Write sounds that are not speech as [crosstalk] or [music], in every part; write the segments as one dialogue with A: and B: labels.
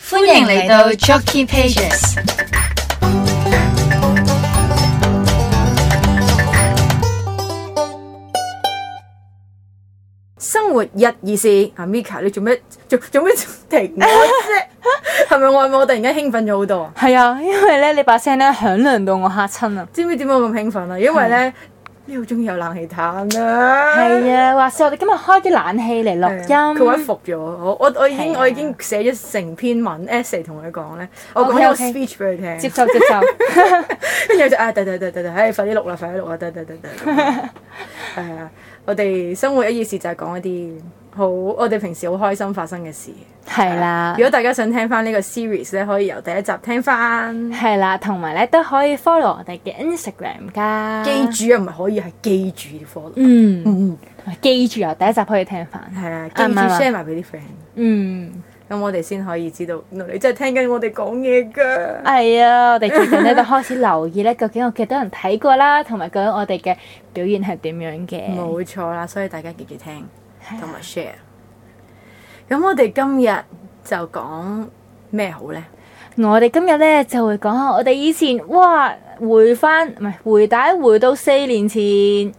A: 歡迎嚟到 Jockey Pages。
B: 生活日意思，阿 Mika，你做咩做做咩停我啫？係咪我係咪我突然間興奮咗好多啊？
C: 係啊，因為咧你把聲咧響亮到我嚇親啊！
B: 知唔知點解我咁興奮啊？因為咧呢度終於有冷氣嘆啦。
C: 係啊，話晒我哋今日開啲冷氣嚟錄音。
B: 啊佢話服咗我，我我已經
C: 係啊
B: 我已經寫咗成篇文 essay 同佢講咧，我講
C: OK，
B: 咗個
C: OK
B: speech 俾佢
C: 接
B: 聽，
C: 受接受，
B: [laughs] 跟住佢就啊得得得得得，唉快啲錄啦，快啲錄啦，得得得得，係啊！我哋生活一意事就係講一啲好我哋平時好開心發生嘅事。
C: 係啦
B: 如，果大家想聽翻呢個 series 咧，可以由第一集聽翻。
C: 係啦，同埋咧都可以 follow 我哋嘅 Instagram 噶。
B: 記住啊，唔係可以係記住啲 follow。
C: 嗯，
B: 嗯，
C: 記住啊由第一集可以聽翻。
B: 係啊，記
C: 啱
B: 住
C: 啱啊
B: share 埋俾啲 friend，
C: 嗯，
B: 咁我哋先可以知道，原來你真係聽緊我哋講嘢㗎。
C: 係啊，我哋最近咧都開始留意咧，究竟有幾多人睇過啦，同埋究竟我哋嘅表現係點樣嘅。
B: 冇錯啦，所以大家記住聽同埋 share。咁我哋今日就講咩好咧？
C: 我哋今日咧就會講下我哋以前哇回翻唔係回帶回到四年前，誒、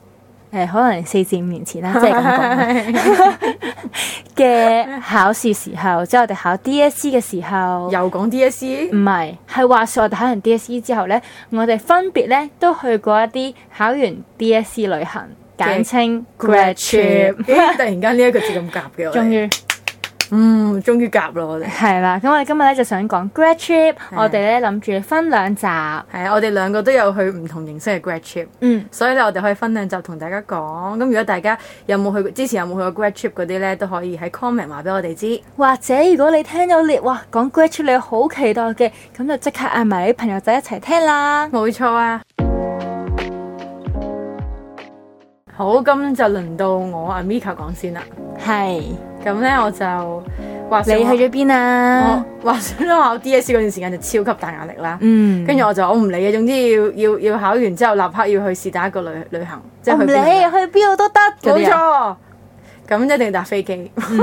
C: 可能四至五年前 [laughs] 啦，即係咁講啦嘅考試時候，即係我哋考 DSE 嘅時候，
B: 又講 E？DSE，
C: 唔係係話說我哋考完 DSE 之後咧，我哋分別咧都去過一啲考完 DSE 旅行，簡稱 grad trip，
B: [laughs] 咦突然間呢一個字咁夾嘅，我
C: [laughs]
B: 哋
C: 終於。
B: 嗯，終於夾咯，我哋
C: 係啦，咁我哋今日咧就想講 grad trip，我哋咧諗住分兩集，
B: 係啊，我哋兩個都有去唔同形式嘅 grad trip。
C: 嗯，
B: 所以咧，我哋可以分兩集同大家講。咁如果大家有冇去過之前有冇去過 grad trip 嗰啲咧，都可以喺 comment 話俾我哋知。
C: 或者如果你聽咗列哇講 grad trip 你好期待嘅，咁就即刻嗌埋你朋友仔一齊聽啦。
B: 冇錯啊！好，咁就輪到我阿 Mika 講先啦。
C: 係，
B: 咁咧我就話說
C: 你
B: 我
C: 去咗邊啊？
B: 我話想我考 DSE 嗰段時間就超級大壓力啦。
C: 嗯，
B: 跟住我就我唔理啊嘅，總之要要要考完之後立刻要去是打一個旅旅行，即
C: 我
B: 係
C: 唔
B: 去
C: 理啊
B: 邊啊度
C: 去邊度都得，嗰
B: 冇
C: 啲啊，
B: 錯，咁一定搭飛機，
C: 嗯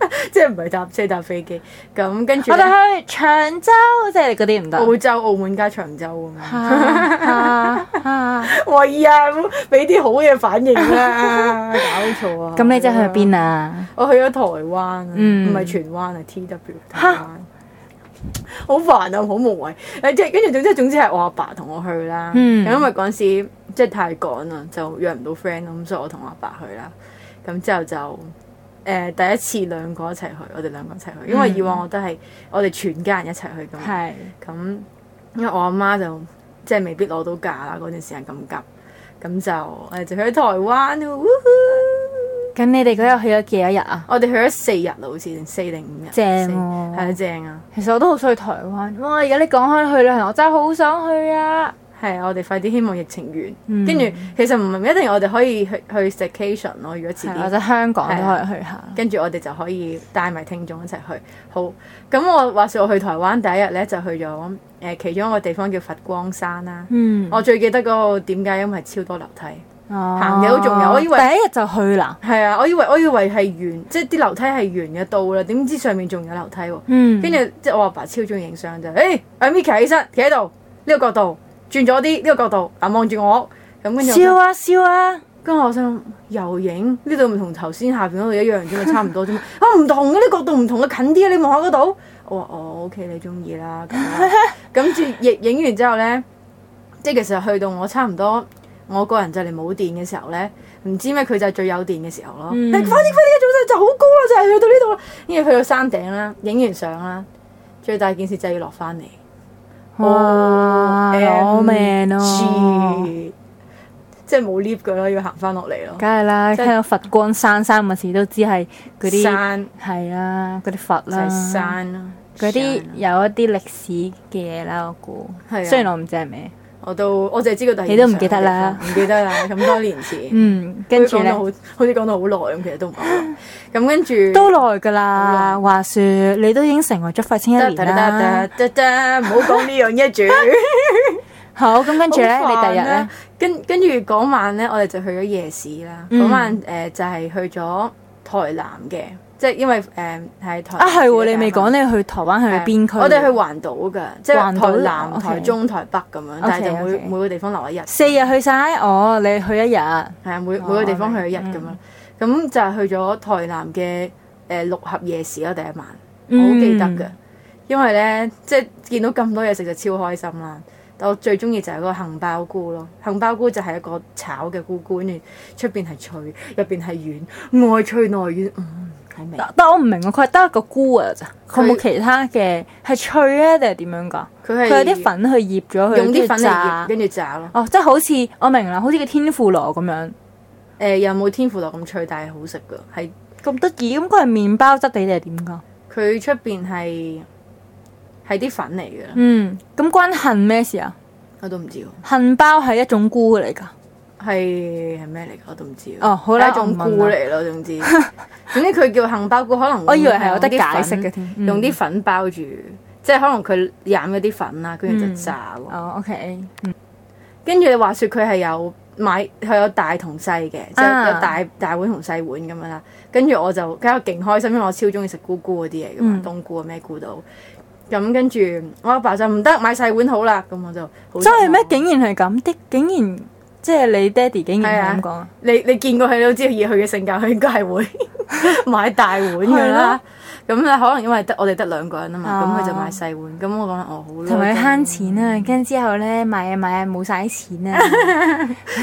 B: [laughs] 即係唔係搭車搭飛機。咁跟住
C: 我
B: 呢
C: 哋去長洲，即啊係嗰啲唔得。
B: 澳洲、澳門加長洲咁
C: [laughs]
B: 樣。
C: 啊啊啊
B: 喂啊，俾啲好嘅反應啦，搞錯啊！
C: 咁你即係去邊
B: 啊？
C: 啊？
B: 我去咗台灣啊，
C: 嗯
B: 唔係荃灣啊，T.W.
C: [laughs]
B: 台灣。好煩啊，好無謂。誒，即係跟住總之總之係我阿爸同我去啦。
C: 嗯
B: 因為嗰陣時即係太趕啦，就約唔到 friend 咁，所以我同我阿爸去啦。咁之後就誒、第一次兩個一齊去，我哋兩個一齊去，因為以往我都係我哋全家人一齊去咁。
C: 嗯係
B: 咁因為我阿媽就即係未必攞到假啦，嗰段時間咁急，咁就我哋就去咗台灣喎，woohoo。
C: 咁你哋嗰日去咗幾多日啊？
B: 我哋去咗四日啦，好似定四定五日。
C: 正喎
B: 四係啊，正啊，
C: 其實我都好想去台灣。哇！而家你講開去旅行，我真係好想去啊！
B: 係啊，我哋快啲希望疫情完，
C: 嗯
B: 跟住、其實唔係一定我哋可以去去 staycation 咯，如果遲
C: 係
B: 啲
C: 或。者香港都可以去下。
B: 跟住我哋就可以帶埋聽眾一齊去。好，咁我話說我去台灣第一日咧，就去咗誒、呃其中一個地方叫佛光山啦。
C: 嗯，
B: 我最記得嗰個點解，因為係超多樓梯。
C: 行
B: 嘢都仲有我以為
C: 哦第一日就去啦。
B: 係啊，我以為我以為係圓，即係啲樓梯係圓嘅到啦，點知上面仲有樓梯喎。
C: 嗯
B: 跟住即係我阿爸超中意影相就，誒、阿 Mika 起身，企喺度呢個角度，轉咗啲呢個角度，啊望住我，咁跟住
C: 笑
B: 我，
C: 啊笑啊，
B: 跟住我心諗又影呢度咪同頭先下邊嗰度一樣啫嘛，差
C: [laughs]
B: 唔多啫嘛，啊唔同嘅呢角度唔同嘅近啲啊，你望下嗰度，我話哦 OK 你中意啦，咁
C: [laughs]
B: 樣咁住影影完之後咧，即係其實去到我差唔多。我個人就嚟冇電嘅時候咧，唔知咩佢就係最有電嘅時候咯。
C: 嗯
B: 你快啲快啲，早就就好高啦，就係去到呢度啦，跟住去到山頂啦，影完相啦，最大件事就係要落翻嚟。Oh,
C: 哇，攞命啊咯，哦
B: OMG 即係冇 lift 噶啦，要行翻落嚟咯。
C: 梗係啦，
B: 即係
C: 聽到佛光山三個字都知係嗰啲
B: 山
C: 係啦，嗰啲佛
B: 就係
C: 啦，
B: 山啦，
C: 啊嗰啲
B: 山啦啊
C: 有一啲歷史嘅嘢啦，我估
B: 係啊。
C: 雖然我唔知係咩，
B: 我都我淨係知道第二
C: 你都唔記得啦
B: 唔記得啦，咁多年前，
C: [laughs] 嗯，跟住
B: 好似
C: 咧
B: 講到好好似講到好耐咁，其實都唔
C: [laughs]
B: 係。咁跟住
C: 都耐噶啦。
B: 好
C: 話說你都已經成為咗廢青一
B: 得
C: 年
B: 得
C: 啦
B: 得。得得，唔好講呢樣嘢住。
C: 好，咁 [laughs] 跟住咧，你
B: 好
C: 第
B: 煩
C: 日咧
B: 啊，跟跟住嗰晚咧，我哋就去咗夜市啦。嗰、
C: 嗯
B: 晚誒、呃就係去咗台南嘅即係因為誒係台
C: 啊，係喎，你未講你去台灣去
B: 係啊
C: 邊區？
B: 我哋去環島㗎，即
C: 環島
B: 係
C: 哦
B: 台南、
C: OK
B: 台中、台北咁樣，但係就每
C: OK，OK
B: 每個地方留一日。
C: 四日去晒，哦，你去一日，係
B: 係啊，每每個地方去一日咁樣。
C: 嗯
B: 咁就係去咗台南嘅誒六合夜市咯，第一晚我
C: 嗯
B: 好記得嘅，因為咧即係見到咁多嘢食就超開心啦。但我最中意就係嗰個杏鮑菇咯，杏鮑菇就係一個炒嘅菇菇，跟住出邊係脆，入邊係軟，外脆內軟，嗯，好味。
C: 但但我唔明喎，佢係得一個菇啊咋，佢冇其他嘅，係脆咧定係點樣㗎？
B: 佢
C: 佢
B: 係
C: 有啲粉去醃咗佢，
B: 用啲
C: 跟
B: 粉嚟
C: 住炸
B: 醃，跟住炸咯。
C: 哦，即係好似我明啦，好似個天婦羅咁樣，
B: 誒又冇天婦羅咁脆，但係好食㗎，係
C: 咁得意。咁佢係麵包質地定係點㗎？
B: 佢出邊係係啲粉嚟嘅，
C: 嗯，咁關杏咩事啊？
B: 我都唔知喎。
C: 杏包係一種菇嚟㗎。
B: 係係咩嚟㗎？我都唔知喎。啊
C: 哦好啦
B: 係一種菇嚟咯，
C: [laughs]
B: 總之總之佢叫杏鮑菇，可能
C: 我以為
B: 會
C: 係有得
B: 用啲
C: 解
B: 粉
C: 釋嘅添，嗯
B: 用啲粉包住，即係可能佢染咗啲粉啦，跟住就炸喎。
C: 哦，OK，
B: 跟住你話説佢係有買佢有大同細嘅，即
C: 啊
B: 係有大大碗同細碗咁樣啦。跟住我就梗係勁開心，因為我超中意食菇菇嗰啲嘢噶嘛
C: 嗯，
B: 冬菇啊咩菇都。咁跟住我阿爸就唔得買細碗好啦，咁我就好
C: 真係
B: 失
C: 咩
B: 望？
C: 竟然係咁的，竟然即係你爹哋竟
B: 係啊
C: 然係咁講啊！
B: 你你見過佢你都知，以佢嘅性格，佢應該係會 [laughs] 買大碗噶啦。咁咧可能因為得我哋得兩個人啊嘛，
C: 啊
B: 咁佢就買細碗。咁我講哦好啦，
C: 同佢
B: 咁
C: 慳錢啊，
B: 嗯
C: 跟住之後咧買啊買啊冇晒啲錢啊！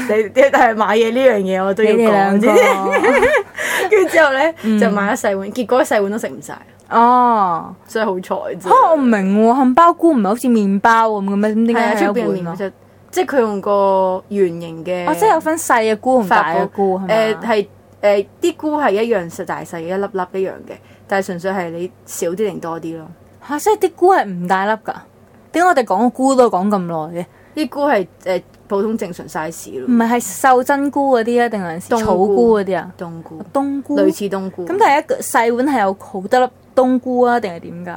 B: 你你但係買嘢呢樣嘢 [laughs] 我都
C: 你
B: 要
C: 哋兩
B: 講
C: 個嗯
B: 啲。 [laughs] 跟住之後咧就買咗細碗，結果細碗都食唔晒，
C: [laughs] 哦，
B: 所以好彩啫
C: 嚇。啊我唔明喎，杏鮑菇唔係好似麵包咁嘅咩？咁點
B: 係啊，
C: 解
B: 出
C: 係
B: 邊
C: 一
B: 面
C: 碗啊？
B: 就即係佢用個圓形嘅，
C: 哦，即係有分細嘅菇同大嘅菇係
B: 誒
C: 咪？
B: 係誒啲菇係一樣實大細嘅一粒粒一樣嘅，但係純粹係你少啲定多啲咯。
C: 嚇，即係啲菇係唔大粒㗎。點解我哋講個菇都講咁耐嘅？
B: 啲菇係誒普通正常 size
C: 唔
B: 咯，
C: 係係秀珍菇嗰啲啊，定還是
B: 冬菇
C: 草菇嗰啲啊？
B: 冬菇
C: 冬菇
B: 類似冬菇，
C: 咁，但係一個細碗係有好多粒冬菇啊，定係點㗎？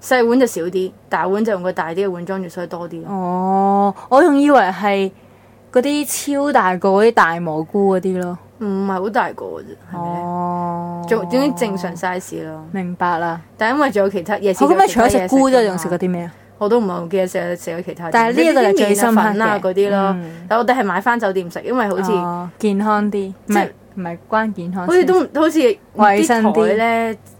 B: 細碗就少啲，大碗就用個大啲嘅碗裝住，所以多啲咯。
C: 哦，我仲以為係嗰啲超大個嗰啲大蘑菇嗰啲咯。
B: 唔係好大個嘅啫，係咪咧？
C: 哦，
B: 總總之正常 size 咯，
C: 明白啦。
B: 但係因為仲有其他夜市
C: 好哦咁
B: 仲有
C: 你
B: 其
C: 除
B: 他
C: 咗
B: 嘢食㗎
C: 食
B: 嘛，
C: 菇之外，仲食嗰啲咩啊？
B: 我都唔係好記得食咗食咗其他啲。
C: 但係呢一個係最深刻嘅
B: 即係啲麵啊粉啊嗰啲咯
C: 嗯，
B: 但我哋係買翻酒店食，因為好似
C: 哦健康啲，唔係
B: 係
C: 唔係關健康事，
B: 好似都好似
C: 衞生
B: 啲
C: 啲
B: 台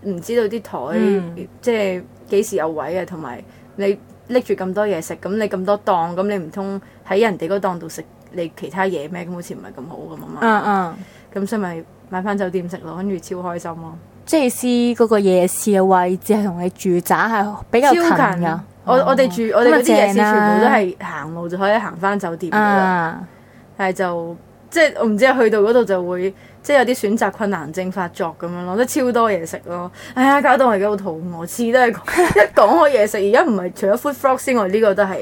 B: 咧，唔知道啲台
C: 嗯
B: 即係幾時有位啊，同埋你拎住咁多嘢食，咁你咁多檔，咁你唔通喺人哋嗰檔度食你其他嘢咩？咁好似唔係咁好咁
C: 嗯
B: 啊嘛。
C: 嗯，
B: 咁所以咪買翻酒店食咯，跟住超開心咯，
C: 即係試嗰個夜市嘅位置係同你住宅係比較
B: 超
C: 近
B: 近
C: 㗎。啊
B: 我我哋住我哋嗰啲夜市全部都係行路就可以行翻酒店㗎啦。
C: 啊，
B: 但係就即係我唔知啊去到嗰度就會即係有啲選擇困難症發作咁樣咯，即係超多嘢食咯。哎呀，搞到我而家好肚餓，次都係講 [laughs] 一講開嘢食，而家唔係除咗 food frog 之外，呢、個都係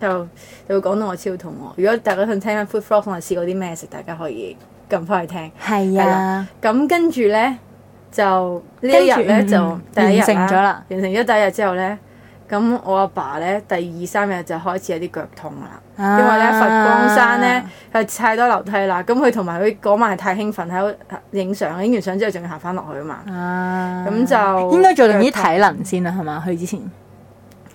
B: 就就會講到我超肚餓。如果大家想聽翻 food frog 我試過啲咩食，大家可以撳翻去聽。
C: 係
B: 係
C: 啊
B: 啦，咁跟住咧就呢一日咧
C: 跟住
B: 就
C: 嗯
B: 第一日
C: 完成咗啦，
B: 完成咗第一日之後咧，咁我阿爸咧第二三日就開始有啲腳痛啦。
C: 因
B: 因為咧佛光山
C: 啊
B: 咧係太多樓梯啦，咁佢同埋佢嗰晚係太興奮喺度影相，影完相之後仲要行翻落去啊嘛，
C: 啊，
B: 咁就
C: 應該做定啲體能先啦，啊係嘛？去之前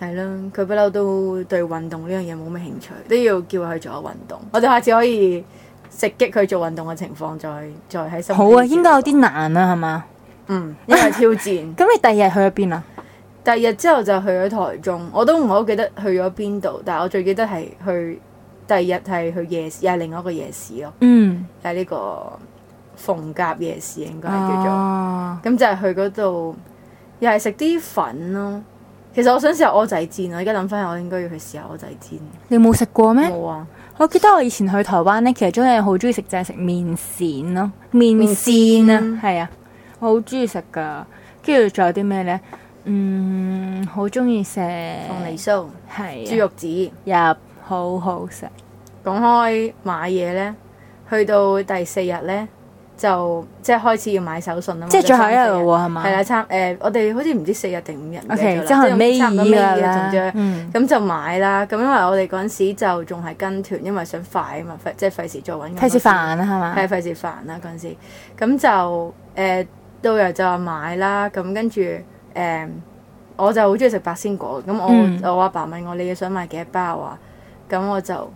B: 係啦，佢不嬲都對運動呢樣嘢冇咩興趣，都要叫佢做下運動。我哋下次可以直擊佢做運動嘅情況，再再喺心。
C: 好啊，應該有啲難啊，係嘛？
B: 嗯，因為挑
C: [laughs]
B: 戰。
C: 咁你第二日去咗邊啊？
B: 第二日之後就去咗台中，我都唔係好記得去咗邊度，但係我最記得係去第二日係去夜市，又係另外一個夜市咯，
C: 嗯，
B: 係呢個逢甲夜市應該係叫做。
C: 哦，
B: 咁就係去嗰度，又係食啲粉咯。其實我想試下蚵仔煎，我而家諗翻，我應該要去試下蚵仔煎。
C: 你冇食過咩？
B: 冇啊，
C: 我記得我以前去台灣咧，其實中意好中意食就係食麵線咯，麵線
B: 麵線
C: 啊，係啊，我好中意食噶。跟住仲有啲咩咧？嗯，好中意食
B: 鳳梨酥、豬
C: 係
B: 肉哦子。
C: 啊，入好好食。
B: 講開買嘢咧，去到第四日咧，就即係開始要買手信啦嘛。
C: 即係最後一日
B: 就三四
C: 咯喎係嘛
B: 係啦，差誒、呃我哋好似唔知四日定五日唔記得
C: O K，
B: 咗啦
C: 即係可能
B: 即
C: 尾
B: 差唔多尾
C: 二
B: 二
C: 啦
B: 同咗。，
C: 嗯，
B: 咁就買啦，咁因為我哋嗰陣時就仲係跟團，因為想快啊嘛，費即係費事再揾。
C: 費事煩啊，係嘛？
B: 係費事煩啦嗰陣時，咁就誒、呃導遊就話買啦，咁跟住誒、我就好中意食白鮮果，咁我、
C: 嗯
B: 我阿爸問我你想買幾多包啊？咁我就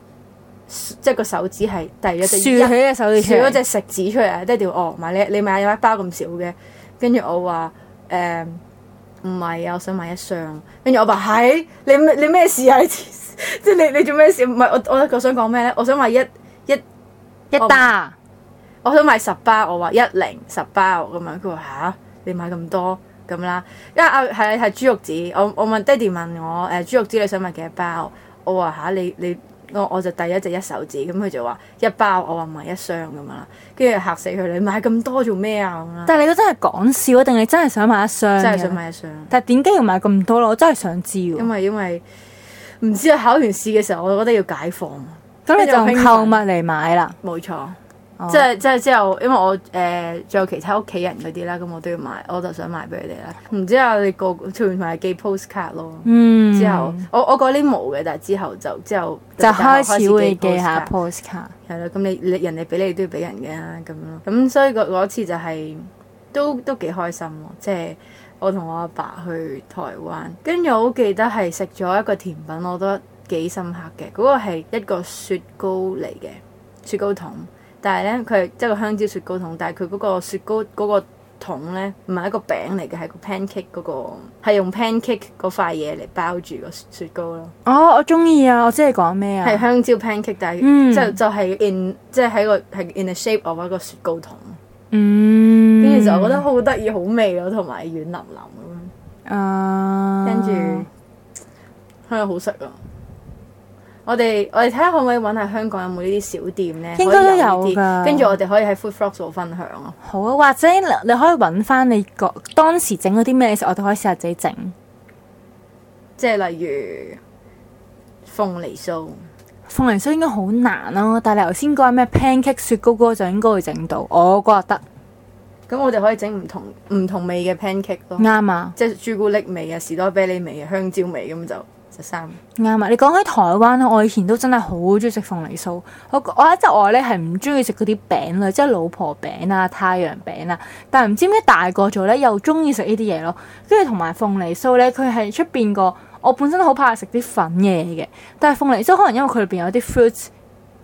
B: 即係個手指係遞咗隻
C: 豎起隻手指出
B: 少
C: 嚟
B: 咗隻食指出嚟，爹哋話哦，買你你買一包咁少嘅，跟住我話誒唔係啊，我想買一箱，跟住我爸係你咩你咩事啊？你黐線即係你你做咩事？唔係我我我想講咩咧？我想買一一
C: 一打
B: 哦我想買十包，我話一零十包咁樣，佢話吓，你買咁多咁啦，因為啊係係豬肉紙，我我問爹哋問我誒、呃、豬肉紙你想買幾多包，我話吓，你你我我就遞一隻一手指，咁佢就話一包，我話唔係一箱咁樣啦，跟住嚇死佢，你買咁多做咩啊咁啦，
C: 但係你嗰真係講笑啊，定你真係想買一箱？
B: 真係想。買一箱，
C: 但係點解要買咁多咯？我真係想知喎。
B: 因為因為唔知啊考完試嘅時候，我覺得要解放，
C: 咁你就
B: 因為
C: 用
B: 興奮
C: 購物嚟買啦。
B: 冇錯。
C: 哦
B: 即係即係之後，因為我誒仲、有其他屋企人嗰啲啦，咁我都要買，我就想買俾佢哋啦。唔知啊，你個全部係寄 postcard 咯。
C: 嗯
B: 之後我我嗰年冇嘅，但係之後就之後
C: 就開始會
B: 寄
C: 記下
B: postcard
C: postcard。
B: 係啦，咁你你人哋俾你都要俾人嘅咁咯。咁所以嗰嗰次就係、都都幾開心咯，即係我同我阿爸去台灣，跟住我好記得係食咗一個甜品，我覺得幾深刻嘅。嗰、個係一個雪糕嚟嘅雪糕筒，但係咧佢係即係個香蕉雪糕筒，但係佢嗰個雪糕嗰、個。筒咧唔係一個餅嚟嘅，係個 pancake 嗰、個，係用 pancake 嗰塊嘢嚟包住個雪雪糕咯。
C: 哦，我中意啊！我知你講咩啊？
B: 係香蕉 pancake，但係、
C: 嗯
B: 就就係 in 即係喺個係 in the shape of 一個雪糕筒，
C: 嗯，
B: 跟住就覺得好得意、好味咯，同埋軟淋淋咁
C: 啊，
B: 樣，跟住香港好食啊！我哋我哋睇下可唔可以揾下香港有冇呢啲小店咧？
C: 應該都
B: 可以呢
C: 有㗎
B: 啲，跟住我哋可以喺 Food Vlog 度分享咯。
C: 好啊，或者你可以揾翻你個當時整嗰啲咩食，我哋可以試下自己整。
B: 即係例如鳳梨酥，
C: 鳳梨酥應該好難咯、但係你頭先講咩 pancake 雪糕嗰個就應該會整到，我覺得
B: 咁我哋可以整唔同唔同味嘅 pancake 咯，
C: 啱啊，
B: 即係朱古力味啊、士多啤梨味啊、香蕉味咁就就三。
C: 啱啊！你講起台灣咧，我以前都真係好中意食鳳梨酥。我我一直我咧係唔中意食嗰啲餅類，即係老婆餅啊、太陽餅啊，但係唔知點解大個咗咧又中意食呢啲嘢咯。跟住同埋鳳梨酥咧，佢係出邊個我本身好怕食啲粉嘢嘅，但係鳳梨酥可能因為佢裏邊有啲 fruits，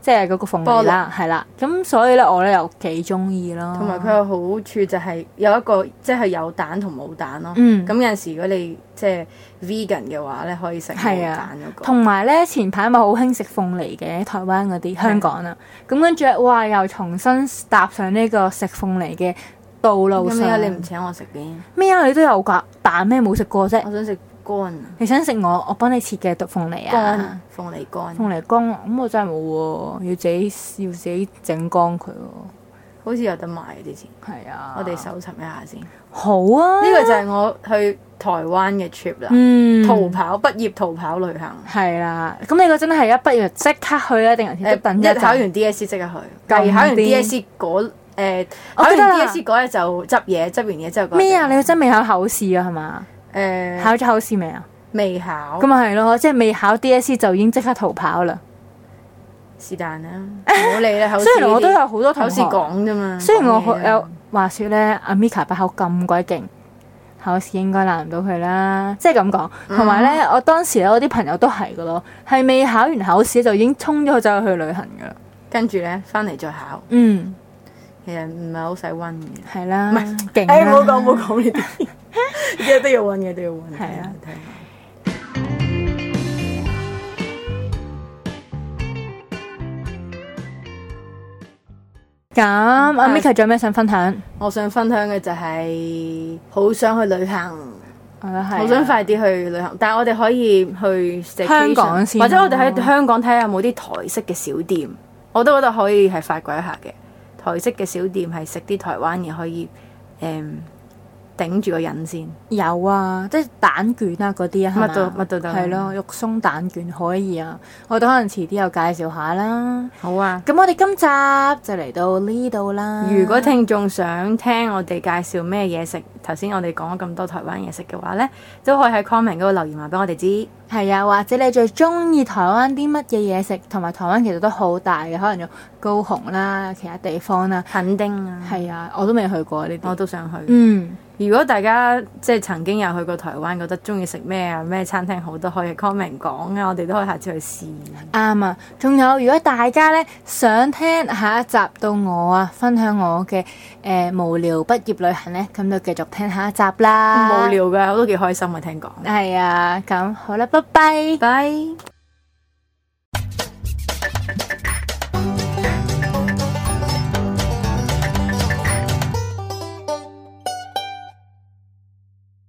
C: 即係嗰個鳳梨啦，係啦，咁所以咧我咧又幾中意咯。
B: 同埋佢有好處就係有一個即係有蛋同冇蛋咯。咁、
C: 嗯
B: 有陣時如果你即係 vegan 嘅話咧，可以食冇
C: 係啊
B: 蛋嗰、，個。
C: 同埋咧前排咪好興食鳳梨嘅，台灣嗰啲香港啊，咁跟住呢哇又重新踏上呢個食鳳梨嘅道路
B: 咁點解
C: 上。
B: 你唔請我食嘅？
C: 咩啊？你都有㗎，扮咩冇食過啫
B: 我？想食乾啊，
C: 你想食我，我幫你切嘅毒鳳梨啊
B: 乾，鳳梨乾，
C: 鳳梨乾咁我真係冇喎，要自己要自己整乾佢喎。
B: 好似有得賣之前，
C: 係啊，
B: 我哋搜尋一下先。呢
C: 好啊，
B: 個就係我去台灣嘅 trip 啦，
C: 嗯
B: 逃跑畢業逃跑旅行。
C: 係啦。咁你嗰陣係一畢業就即刻去啊，定係
B: 誒
C: 都等
B: 一
C: 陣
B: 考完 DSE 即刻去，
C: 咁
B: 係考完
C: 癲
B: DSE 嗰誒
C: 我
B: 考
C: 記得
B: 完
C: 啦
B: DSE 嗰日就執嘢，執完嘢之後嗰日
C: 咩啊？
B: 就
C: 你嗰陣未考口試啊？係嘛？
B: 誒
C: 考咗口試未啊？
B: 未考
C: 咁？咪係咯，即係未考 DSE 就已經即刻逃跑啦。
B: 是
C: [laughs]
B: 但啦，啊唔好理啦。口
C: 雖
B: 試
C: 然我都有好多
B: 口
C: 同
B: 試
C: 學，
B: 講啫嘛。
C: 雖然我
B: 講
C: 學
B: 嘢啊啫
C: 有話説咧，阿 Mika 把口咁鬼勁，考試應該難唔到佢啦，即係咁講。
B: 嗯
C: 同埋咧，我當時咧，我啲朋友都係噶咯，係未考完考試就已經衝咗走去旅行噶啦。
B: 跟住咧，翻嚟再考，
C: 嗯，
B: 其實唔係好使
C: [laughs]
B: 温嘅。啊
C: 係啦，勁
B: 誒，唔好
C: 啦。
B: 講，唔好講呢啲， [laughs] 而家都要温嘅，都要温。
C: 係啊
B: 睇下，睇下
C: 咁阿 Mika 仲有咩想分享？
B: 我想分享嘅就係好想去旅行，
C: 我覺得係啊
B: 好想快啲去旅行。但係我哋可以去 staycation，
C: 香港先咯啊
B: 或者我哋喺香港睇下有冇啲台式嘅小店，我都覺得可以係發掘一下嘅。台式嘅小店係食啲台灣嘢，可以誒嗯頂住個癮先？
C: 有啊，即係蛋卷啊嗰啲啊，係嘛
B: 乜都乜都得
C: 係咯，肉鬆蛋卷可以啊，我哋可能遲啲又介紹下啦。
B: 好啊！
C: 咁我哋今集就嚟到呢度啦。
B: 如果聽眾想聽我哋介紹咩嘢食，頭先我哋講咗咁多台灣嘢食嘅話呢，都可以喺 comment 嗰度留言話俾我哋知。
C: 係啊，或者你最中意台灣啲乜嘢嘢食，同埋台灣其實都好大嘅，可能有高雄啦、其他地方啦。
B: 肯定啊，
C: 係啊，我都未去過呢啲。
B: 我都想去。
C: 嗯，
B: 如果大家即係曾經有去過台灣，覺得中意食咩啊咩餐廳好，都可以 comment 講啊，我哋都可以下次去試。
C: 啱啊。仲有，如果大家咧想聽下一集到我啊，分享我嘅誒、呃、無聊畢業旅行咧，咁就繼續聽下一集啦。
B: 無。聊㗎，我都幾開心啊，聽講。
C: 係啊，咁好啦，拜拜。
B: 拜。